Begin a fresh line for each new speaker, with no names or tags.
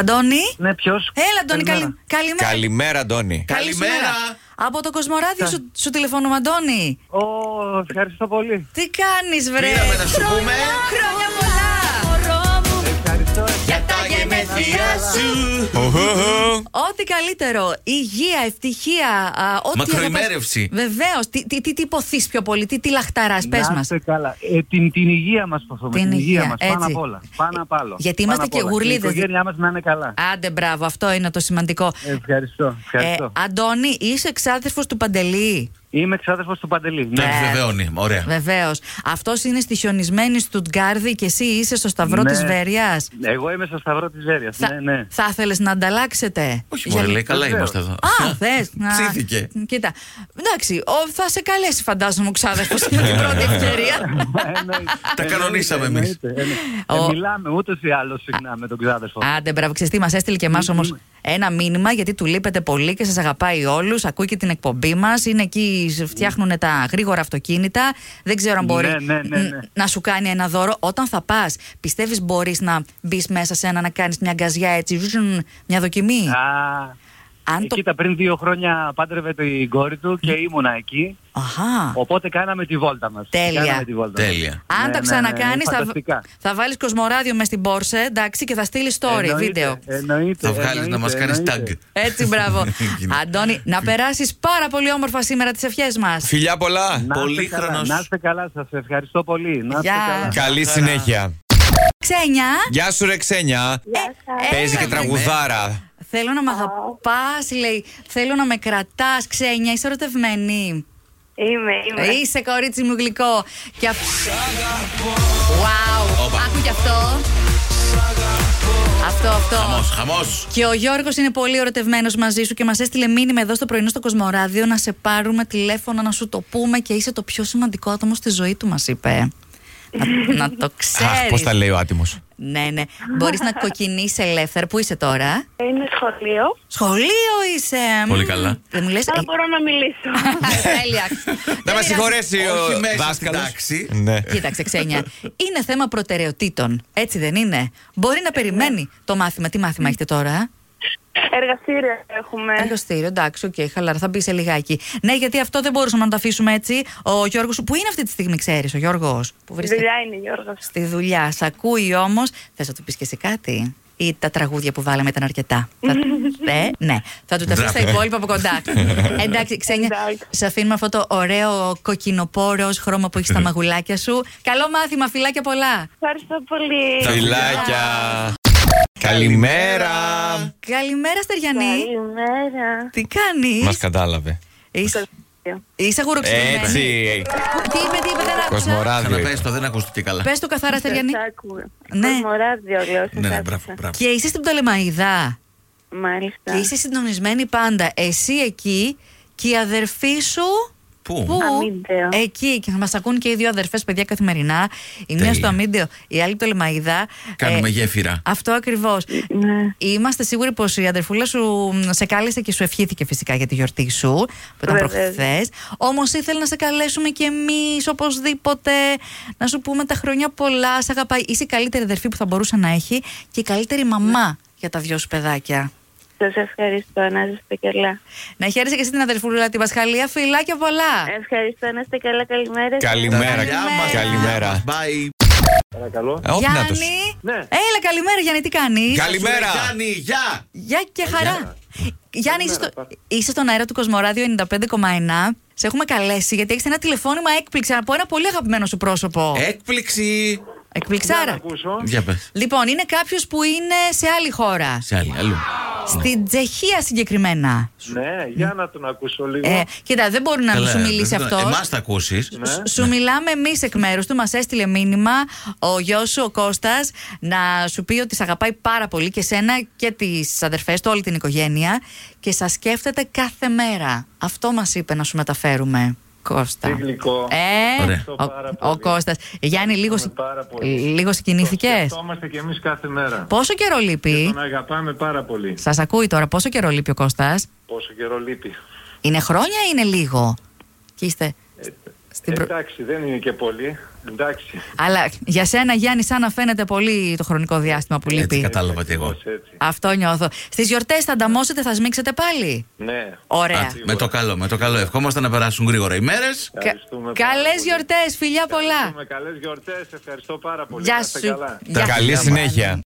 Αντώνη.
Ναι, ποιος.
Έλα, Αντώνη, καλη... καλημέρα.
Καλημέρα, Αντώνη.
Καλή σου μέρα. Από το Κοσμοράδιο σου, σου τηλεφώνουμε, Αντώνη.
Ω, ευχαριστώ πολύ.
Τι κάνεις βρε.
Πήραμε να σου
Χρόνια,
πούμε.
Χρόνια πολλά. Μωρό μου,
Ευχαριστώ.
για τα γενέθλιά σου.
Οχοχο.
Ό,τι καλύτερο. Υγεία, ευτυχία. α, ό,τι
Μακροημέρευση.
Βεβαίως. Τι, τι, τι, τι ποθείς πιο πολύ, τι, τι λαχταράς, πες
Να
μας.
είστε καλά. Ε, την, την υγεία μας προσπαθούμε. Την, υγεία, μας, Πάνω
έτσι.
απ' όλα. Πάνω απ' όλα.
Γιατί
Πάνω
είμαστε
απ'
και
όλα.
γουρλίδες.
Η οικογένειά μας να είναι καλά.
Άντε, μπράβο, αυτό είναι το σημαντικό. Ε,
Ευχαριστώ. ευχαριστώ.
Αντώνη, είσαι εξάδελφος του Παντελή.
Είμαι ξάδερφο του Παντελή.
Το
Ναι.
Ε,
επιβεβαιώνει. Ωραία.
Βεβαίως. Αυτός είναι στη χιονισμένη Στουτγκάρδη και εσύ είσαι στο Σταυρό
Ναι.
της τη Βέρεια.
Εγώ είμαι στο Σταυρό της Βέρεια.
Θα,
Ναι, ναι.
θα ήθελες να ανταλλάξετε.
Όχι, μωρέ, λέει, καλά
Βεβαίως.
είμαστε εδώ.
Α, θες.
Ψήθηκε.
Κοίτα. Εντάξει, ο, θα σε καλέσει, φαντάζομαι, ο ξάδερφος. Είναι την πρώτη ευκαιρία.
Εννοείται,
Τα κανονίσαμε
εννοείται,
εμείς.
εννοείται, εννοείται.
Ο-
Ε, Μιλάμε ούτως ή άλλως συχνά με τον ξάδερφο.
Άντε, μπράβο, ξέρεις τι μας έστειλε και εμάς όμω ένα μήνυμα γιατί του λείπετε πολύ και σας αγαπάει όλους. Ακούει και την εκπομπή μας. Είναι εκεί, φτιάχνουν τα γρήγορα αυτοκίνητα. Δεν ξέρω αν
Ναι,
μπορεί
ναι, ναι, ναι.
ν- να σου κάνει ένα δώρο. Όταν θα πας, πιστεύεις μπορείς να μπεις μέσα σε ένα να κάνεις μια γκαζιά έτσι, ζουν, μια δοκιμή.
Α,
αν
ε,
το. Ναι.
Κοίτα, πριν δύο χρόνια πάντρευε την κόρη του και ήμουνα εκεί.
Αχα.
Οπότε κάναμε τη βόλτα μας.
Τέλεια.
Κάναμε τη βόλτα μας.
Τέλεια.
Αν
Ναι,
τα
ναι,
ξανακάνεις,
ναι, φανταστικά.
θα, θα βάλεις κοσμοράδιο μες στην Πόρσε, εντάξει, και θα στείλεις story,
Εννοείται,
βίντεο.
Εννοείται.
Θα βγάλεις να μας κάνεις tag.
εννοείται.
Έτσι, μπράβο.
Έγινε.
Αντώνη, να περάσεις πάρα πολύ όμορφα σήμερα τις ευχές μας.
Φιλιά πολλά.
Να είστε
Πολύ
καλά,
χρόνο.
Να είστε καλά, σας ευχαριστώ πολύ. Να είστε
Γεια.
καλά.
Καλή συνέχεια.
Ξένια.
Γεια σου, ρε Ξένια.
Ε,
έλα,
Παίζει
ναι,
και
βρε.
τραγουδάρα.
Θέλω να με αγαπάς, λέει. Θέλω να με κρατάς, Ξένια. Είσαι ερωτευμένη.
Είμαι, είμαι.
Είσαι κορίτσι μου γλυκό. Και αυτό. Wow.
Όπα.
Άκου κι αυτό. Αυτό,
Χαμό,
αυτό.
χαμός.
Και ο Γιώργος είναι πολύ ερωτευμένος μαζί σου και μας έστειλε μήνυμα εδώ στο πρωινό στο Κοσμοράδιο να σε πάρουμε τηλέφωνο, να σου το πούμε και είσαι το πιο σημαντικό άτομο στη ζωή του, μας είπε. να, να το
Αχ,
ξέρεις.
πώς τα λέει ο άτιμος.
Ναι, ναι. Μπορείς να κοκκινήσει ελεύθερα. Πού είσαι τώρα,
Είναι σχολείο.
Σχολείο είσαι.
Πολύ
Μμμ.
καλά.
Δεν μου λες.
Αλλά μπορώ να μιλήσω.
Τέλεια.
Να
Δεν
με
πειράζει.
συγχωρέσει
Όχι
ο
μέσα
δάσκαλος.
στην τάξη.
Ναι.
Κοίταξε, Ξένια. Είναι θέμα προτεραιοτήτων. Έτσι δεν είναι. Μπορεί να περιμένει το μάθημα. Τι μάθημα έχετε τώρα,
Εργαστήρια έχουμε.
Εργοστήριο, εντάξει, οκ, χαλαρά, θα μπει σε λιγάκι. Ναι, γιατί αυτό δεν μπορούσαμε να το αφήσουμε έτσι. Ο Γιώργος, που είναι αυτή τη στιγμή, ξέρεις, ο Γιώργος. Που
Η
βρίσκεται
δουλειά είναι Γιώργος.
στη δουλειά. Σ' ακούει όμως. Θες να του πεις και εσύ κάτι. Ή τα τραγούδια που βάλαμε ήταν αρκετά. Θα- ναι, ναι. Θα του τα πει τα
Ντράπε.
υπόλοιπα από κοντά. Εντάξει, Ξένια,
Εντάξει.
σε αφήνουμε αυτό το ωραίο κοκκινοπόρος ως χρώμα που έχεις στα μαγουλάκια σου. Καλό μάθημα, φιλάκια πολλά.
Ευχαριστώ πολύ.
Φιλάκια. Καλημέρα.
Καλημέρα, Στεριανή.
Καλημέρα.
Τι κάνεις.
Μας κατάλαβε.
Είσαι, είσαι γουροξυμένη.
Έτσι.
Τι είπε, τι είπε, δεν άκουσα.
Κοσμοράδιο.
Ξαναπες το, δεν ακούστηκε καλά.
Πες το καθαρά, Στεριανή.
Σας άκουγα.
Ναι.
Κοσμοράδιο λέω. σας
Ναι, ναι,
άκουσα.
μπράβο, μπράβο.
Και είσαι στην Πτολεμαϊδά.
Μάλιστα.
Και είσαι συντονισμένη πάντα. Εσύ εκεί και η αδερφή σου.
Πού?
Αμύντεο.
Εκεί και μας ακούν και οι δύο αδερφές παιδιά καθημερινά. Η μία
Τέλεια.
στο Αμύντεο, η άλλη το Λεμαϊδά. Ε,
Κάνουμε γέφυρα.
Αυτό ακριβώς.
Ναι.
Είμαστε σίγουροι πως η αδερφούλα σου σε κάλεσε και σου ευχήθηκε φυσικά για τη γιορτή σου, που ήταν
Βεβαίως.
προχθές. Όμως ήθελε να σε καλέσουμε κι εμείς οπωσδήποτε να σου πούμε τα χρόνια πολλά. Σ' αγαπάει. Είσαι η καλύτερη αδερφή που θα μπορούσε να έχει και η καλύτερη μαμά για τα δυο σου παιδάκια.
Σας ευχαριστώ. Να είστε καλά.
Να χαίρεσαι και εσύ την αδερφούλα τη Πασχαλία. Φιλάκια πολλά.
Ε, Ευχαριστώ. Να είστε καλά. Καλημέρα.
Καλημέρα.
Γεια μας,
Καλημέρα.
Bye.
Παρακαλώ.
Ε, ο
Γιάννη.
Πνάτος.
Ναι.
Έλα, καλημέρα Γιάννη, τι κάνεις.
Καλημέρα.
Σου λέει, Γιάννη, γεια.
Γεια και χαρά. Γιάννη, είσαι, στο, είσαι στον αέρα του Κοσμοράδιο 95,1. Σε έχουμε καλέσει γιατί έχεις ένα τηλεφώνημα έκπληξη από ένα πολύ αγαπημένο σου πρόσωπο.
Ε, Έκπληξη.
Εκπληξάρα.
Ακούσω.
Για πες.
Λοιπόν, είναι κάποιος που είναι σε άλλη χώρα.
Σε άλλη, αλλού.
Στην Τσεχία συγκεκριμένα.
Ναι, για να τον ακούσω λίγο.
Ε, κοίτα, δεν μπορεί να
Καλά,
σου μιλήσει
δεν
αυτό.
το- Εμάς τα ακούσεις.
Ναι.
Σου μιλάμε εμείς εκ μέρους του. Μας έστειλε μήνυμα ο γιος σου, ο Κώστας, να σου πει ότι σε αγαπάει πάρα πολύ και σένα και τις αδερφές του, όλη την οικογένεια. Και σας σκέφτεται κάθε μέρα. Αυτό μας είπε να σου μεταφέρουμε. Κώστα.
Τι γλυκό.
Ε,
Ωραία.
ο,
Πάρα
ο
πολύ.
Κώστας. Γιάννη, λίγο, συ-
πάρα πολύ.
λίγος συγκινήθηκες.
Σκεφτόμαστε κι εμείς κάθε μέρα.
Πόσο καιρό λείπει.
Τον αγαπάμε πάρα πολύ.
Σας ακούει τώρα, πόσο καιρό λείπει ο Κώστας.
Πόσο καιρό λείπει.
Είναι χρόνια ή είναι λίγο. Και είστε
Ε,
Στην προ-
Εντάξει, δεν είναι και πολύ. Εντάξει.
Αλλά για σένα, Γιάννη, σαν να φαίνεται πολύ το χρονικό διάστημα που
Έτσι
λείπει.
κατάλαβα κι εγώ.
Ακριβώς έτσι.
Αυτό νιώθω. Στις γιορτές θα ανταμώσετε, θα σμίξετε πάλι.
Ναι.
Ωραία.
Α, με το καλό, με το καλό. Ευχόμαστε να περάσουν γρήγορα οι μέρες.
Ευχαριστούμε πάρα
Καλέ
πολύ.
γιορτές, φιλιά πολλά.
Καλές γιορτές. Ευχαριστώ πάρα πολύ. Να
Γεια
είστε
σου.
καλά.
Γεια
Καλή
σου,
συνέχεια.
Γιάννη.